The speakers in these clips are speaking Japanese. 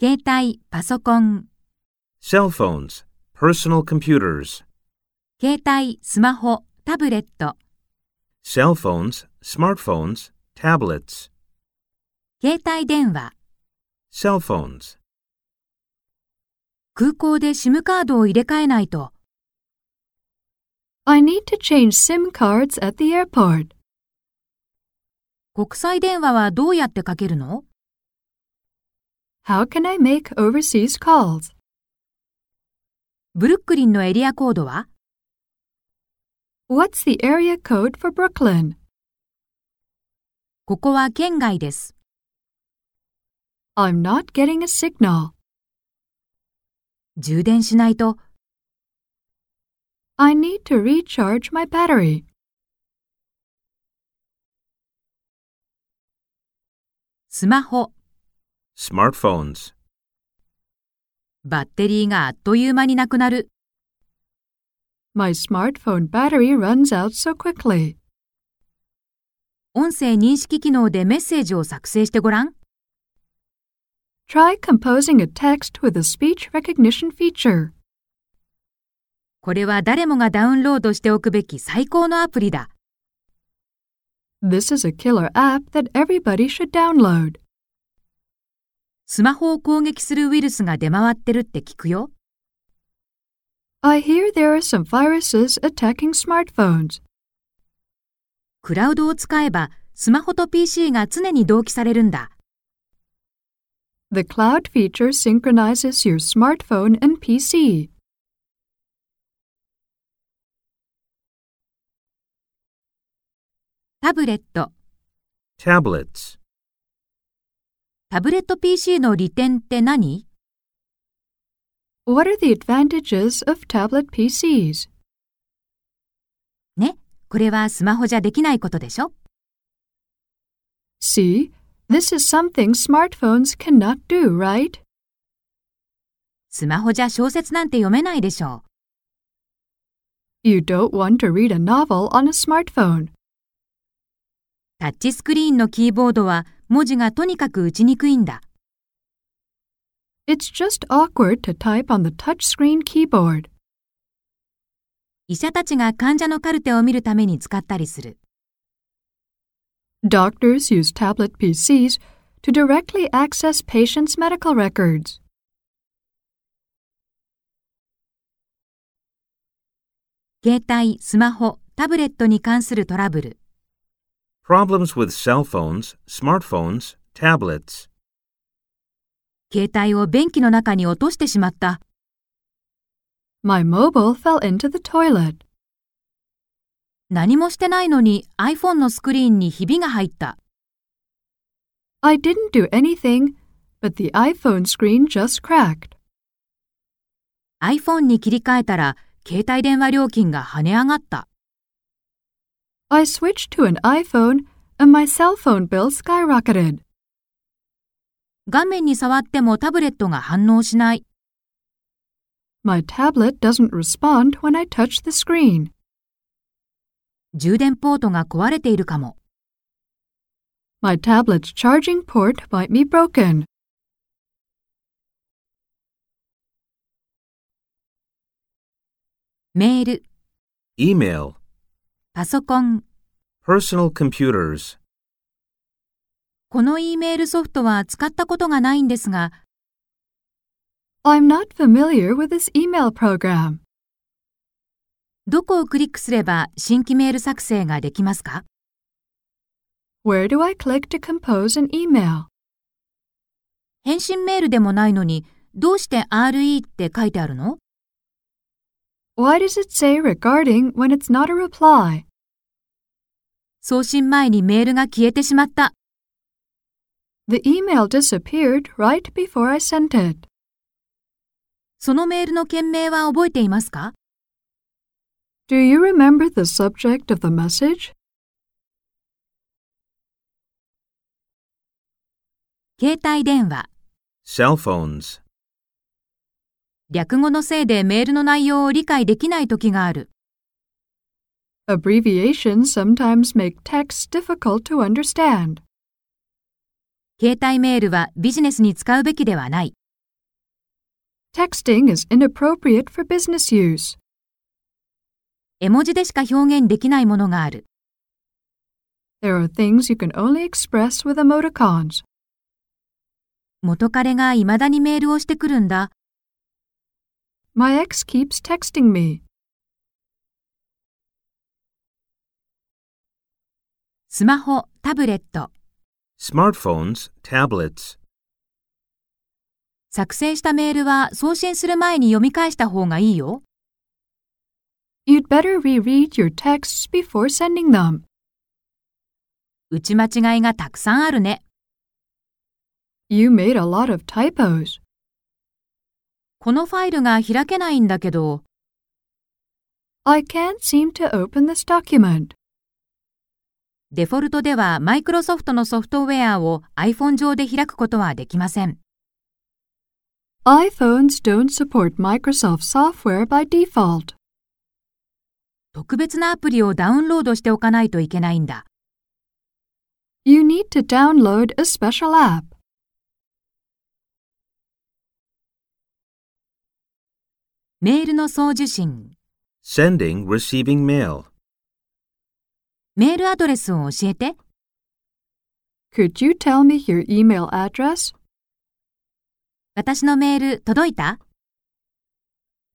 携帯、パソコン、 Cell phones, personal computers, 携帯、スマホ、タブレット、 cell phones, smartphones, tablets, 携帯電話、 cell phones. 空港で SIM カードを入れ替えないと、 I need to change SIM cards at the airport. 国際電話はどうやってかけるの How can I make overseas calls? ブルックリンのエリアコードは What's the area code for Brooklyn? ここは県外です。 I'm not getting a signal. 充電しないと、 I need to recharge my battery. スマホ、 Smartphones. バッテリーがあっという間になくなる。 My smartphone battery runs out so quickly. 音声認識機能でメッセージを作成してごらん。 Try composing a text with a speech recognition feature. これは誰もがダウンロードしておくべき最高のアプリだ。 This is a killer app that everybody should download. スマホを攻撃するウイルスが出回ってるって聞くよ。 I hear there are some viruses attacking smartphones. クラウドを使えば、スマホと PC が常に同期されるんだ。 The cloud feature synchronizes your smartphone and PC. タブレット。 Tablets. タブレット PC の利点って何 What are the advantages of tablet PCs? ね。これはスマホじゃできないことでしょ See, this is something smartphones cannot do, right? スマホじゃ小説なんて読めないでしょう。 You don't want to read a novel on a smartphone. タッチスクリーンのキーボードは文字がとにかく打ちにくいんだ。 It's just awkward to type on the touchscreen keyboard. 医者たちが患者のカルテを見るために使ったりする。 Doctors use tablet PCs to directly access patients' medical records. 携帯、スマホ、タブレットに関するトラブル。 Problems with cell phones, smartphones, tablets. 携帯を便器の中に落としてしまった。 My mobile fell into the toilet. 何もしてないのに iPhone のスクリーンにひびが入った。 I didn't do anything, but the iPhone screen just cracked. iPhone に切り替えたら携帯電話料金が跳ね上がった。 I switched to an iPhone and my cell phone bill skyrocketed. 画面に触ってもタブレットが反応しない。 My tablet doesn't respond when I touch the screen. 充電ポートが壊れているかも。 My tablet's charging port might be broken. メール、 Email. パソコン。 Personal computers. この E メールソフトは使ったことがないんですが、 I'm not familiar with this email program. どこをクリックすれば新規メール作成ができますか Where do I click to compose an email? 返信メールでもないのに、どうして RE って書いてあるの Why does it say regarding when it's not a reply? 送信前にメールが消えてしまった。 The email disappeared right before I sent it. そのメールの件名は覚えていますか Do you remember the subject of the message? 携帯電話。 Cell phones. 略語のせいでメールの内容を理解できない時がある。 Abbreviations sometimes make texts difficult to understand. 携帯メールはビジネスに使うべきではない。 Texting is inappropriate for business use. 絵文字でしか表現できないものがある。 There are things you can only express with emoticons. 元彼が未だにメールをしてくるんだ。 My ex keeps texting me. スマホ、タブレット。 smartphones, tablets. 作成したメールは送信する前に読み返した方がいいよ。 You'd better reread your texts before sending them. 打ち間違いがたくさんあるね。 You made a lot of typos. このファイルが開けないんだけど、 I can't seem to open this document. デフォルトではマイクロソフトのソフトウェアを iPhone 上で開くことはできません。 iPhones don't support Microsoft software by default. 特別なアプリをダウンロードしておかないといけないんだ。 You need to download a special app. メールの送受信。 Sending, receiving mail. メールアドレスを教えて。 Could you tell me your email address? 私のメール届いた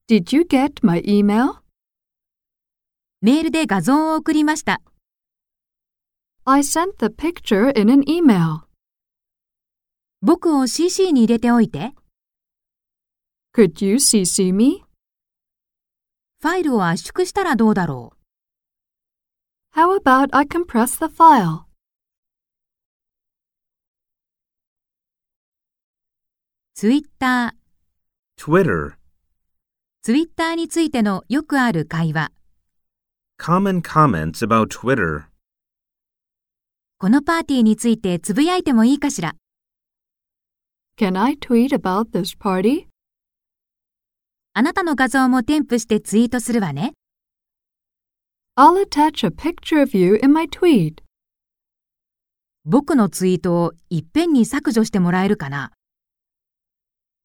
Did you get my email? メールで画像を送りました。 I sent the picture in an email. 僕を CC に入れておいて。 Could you CC me? ファイルを圧縮したらどうだろう。 How about I compress the file? ツイッター、 Twitter. ツイッターについてのよくある会話。 Common comments about Twitter. このパーティーについてつぶやいてもいいかしら。 Can I tweet about this party? あなたの画像も添付してツイートするわね。 I'll attach a picture of you in my tweet. 僕のツイートをいっぺんに削除してもらえるかな。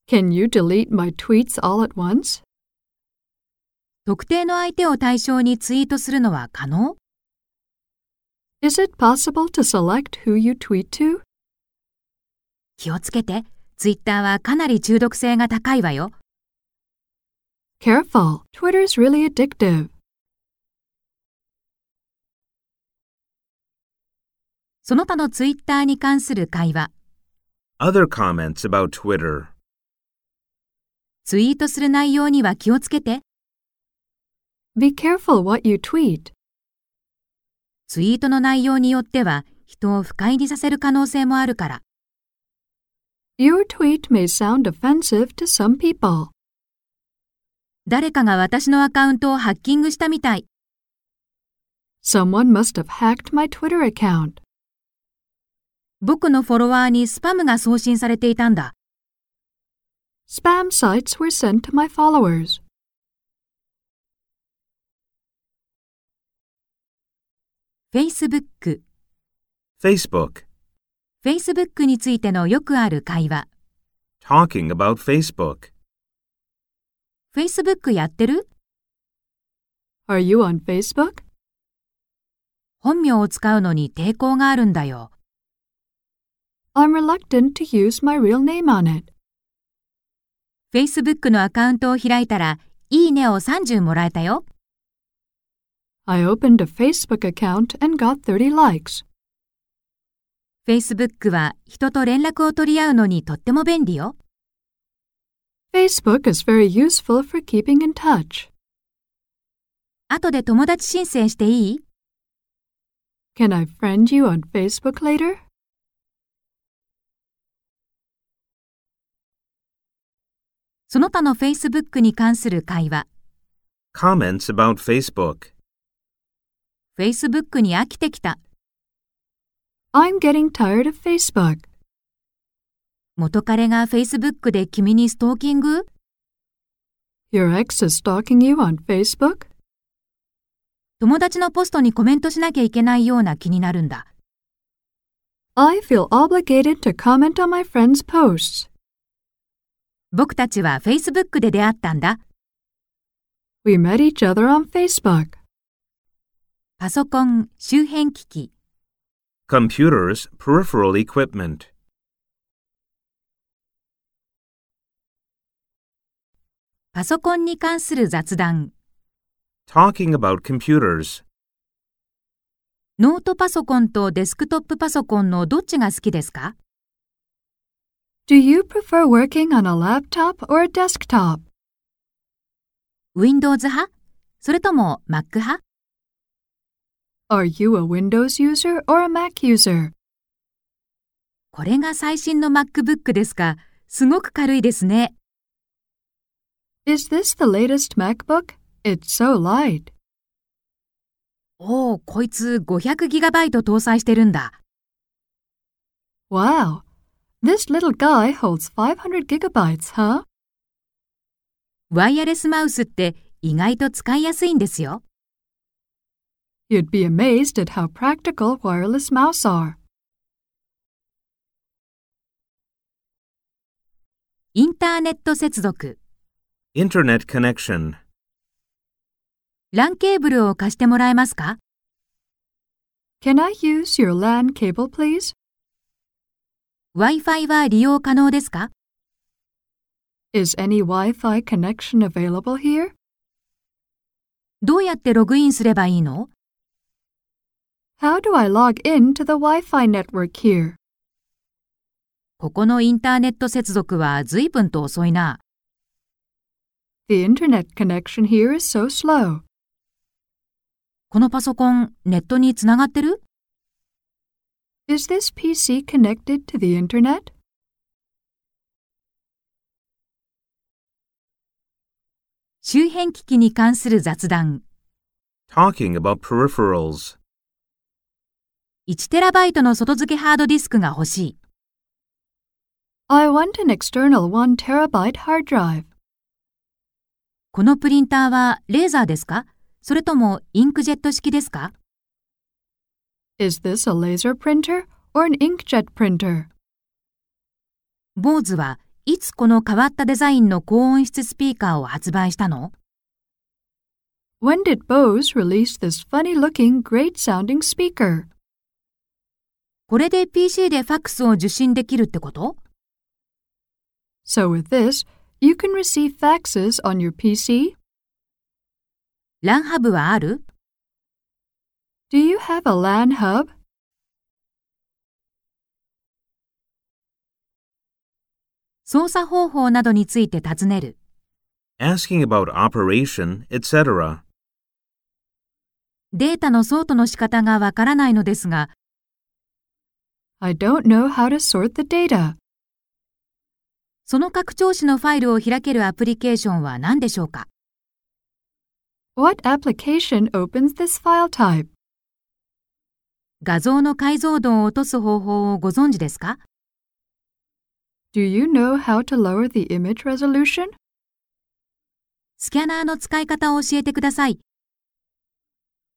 Can you delete my tweets all at once? 特定の相手を対象にツイートするのは可能 Is it possible to select who you tweet to? 気をつけて。ツイッターはかなり中毒性が高いわよ。 Careful, Twitter's really addictive. その他のツイッターに関する会話。 Other comments about Twitter. ツイートする内容には気をつけて。 Be careful what you tweet. ツイートの内容によっては人を不快にさせる可能性もあるから。 Your tweet may sound offensive to some people. 誰かが私のアカウントをハッキングしたみたい。 Someone must have hacked my Twitter account. 僕のフォロワーにスパムが送信されていたんだ。 Spam sites were sent to my followers. フェイスブック Facebook. フェイスブックについてのよくある会話。 Talking about Facebook. フェイスブックやってる Are you on Facebook? 本名を使うのに抵抗があるんだよ。 I'm reluctant to use my real name on it. フェイスブックのアカウントを開いたら、いいねを30もらえたよ。 I opened a Facebook account and got 30 likes. フェイスブックは人と連絡を取り合うのにとっても便利よ。 Facebook is very useful for keeping in touch. 後で友達申請していい Can I friend you on Facebook later? その他のフェイスブックに関する会話。 Comments about Facebook. フェイスブックに飽きてきた。 I'm getting tired of Facebook. 元彼がフェイスブックで君にストーキング Your ex is stalking you on Facebook? 友達のポストにコメントしなきゃいけないような気になるんだ。 I feel obligated to comment on my friends' posts. 僕たちは Facebook で出会ったんだ。 We met each other on Facebook. パソコン、周辺機器、 Computers, peripheral equipment. パソコンに関する雑談、 Talking about computers. ノートパソコンとデスクトップパソコンのどっちが好きですか Do you prefer working on a laptop or a desktop? ?Windows 派それとも Mac 派 Are you a Windows user or a Mac user? これが最新の MacBook ですかすごく軽いですね。 Is this the latest MacBook? It's so light. おお、こいつ 500GB 搭載してるんだ。 Wow. This little guy holds 500 gigabytes, huh? ワイヤレスマウスって意外と使いやすいんですよ。 You'd be amazed at how practical wireless mice are. インターネット接続、 Internet connection. LAN ケーブルを貸してもらえますか Can I use your LAN cable, please? ?Wi-Fi は利用可能ですか Is any Wi Fi connection available here? どうやってログインすればいいの How do I log in to the Wi Fi network here? ここのインターネット接続は随分と遅いな。 The internet connection here is so slow. このパソコン、ネットにつながってる Is this PC connected to the internet? 周辺機器に関する雑談。 Talking about peripherals. 1TB の外付けハードディスクが欲しい。 I want an external 1 terabyte hard drive. このプリンターはレーザーですかそれともインクジェット式ですか Is this a laser printer or an inkjet printer? 坊主はいつこの変わったデザインの高音質スピーカーを発売したの When did Bose release this funny looking, great sounding speaker? これで PC でファックスを受信できるってこと So, with this, you can receive faxes on your PC. ?LAN ハブはある Do you have a LAN hub? 操作方法などについて尋ねる。 Asking about operation, etc. データのソートの仕方がわからないのですが、 I don't know how to sort the data. その拡張子のファイルを開けるアプリケーションは何でしょうか What application opens this file type? 画像の解像度を落とす方法をご存知ですか Do you know how to lower the image resolution? スキャナーの使い方を教えてください。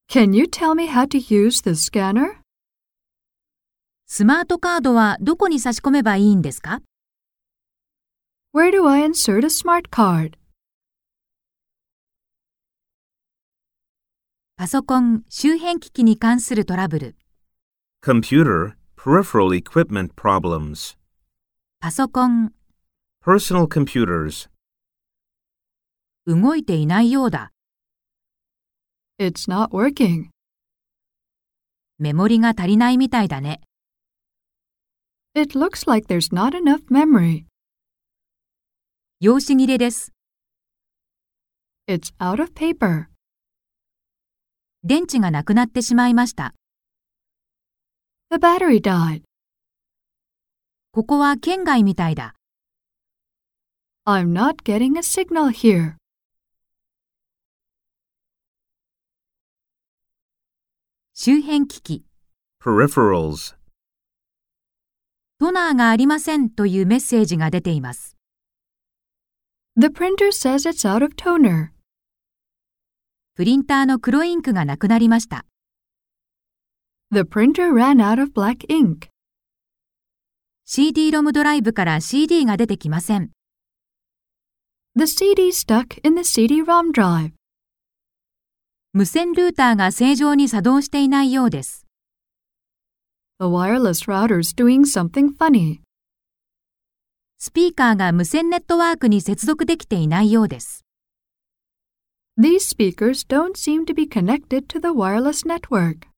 Can you tell me how to use this scanner? スマートカードはどこに差し込めばいいんですか Where do I insert a smart card? パソコン、周辺機器に関するトラブル。 Computer, peripheral equipment problems. パソコン、 Personal computers. 動いていないようだ。 It's not working. メモリが足りないみたいだね。 It looks like there's not enough memory. 用紙切れです。 It's out of paper. 電池がなくなってしまいました。 The battery died. ここは県外みたいだ。 I'm not getting a signal here. 周辺機器。 Peripherals. トナーがありませんというメッセージが出ています。 The printer says it's out of toner. プリンターの黒インクがなくなりました。 The printer ran out of black ink. CD ロムドライブから CD が出てきません。 The CD stuck in the CD-ROM drive. 無線ルーターが正常に作動していないようです。 The wireless router's doing something funny. スピーカーが無線ネットワークに接続できていないようです。 These speakers don't seem to be connected to the wireless network.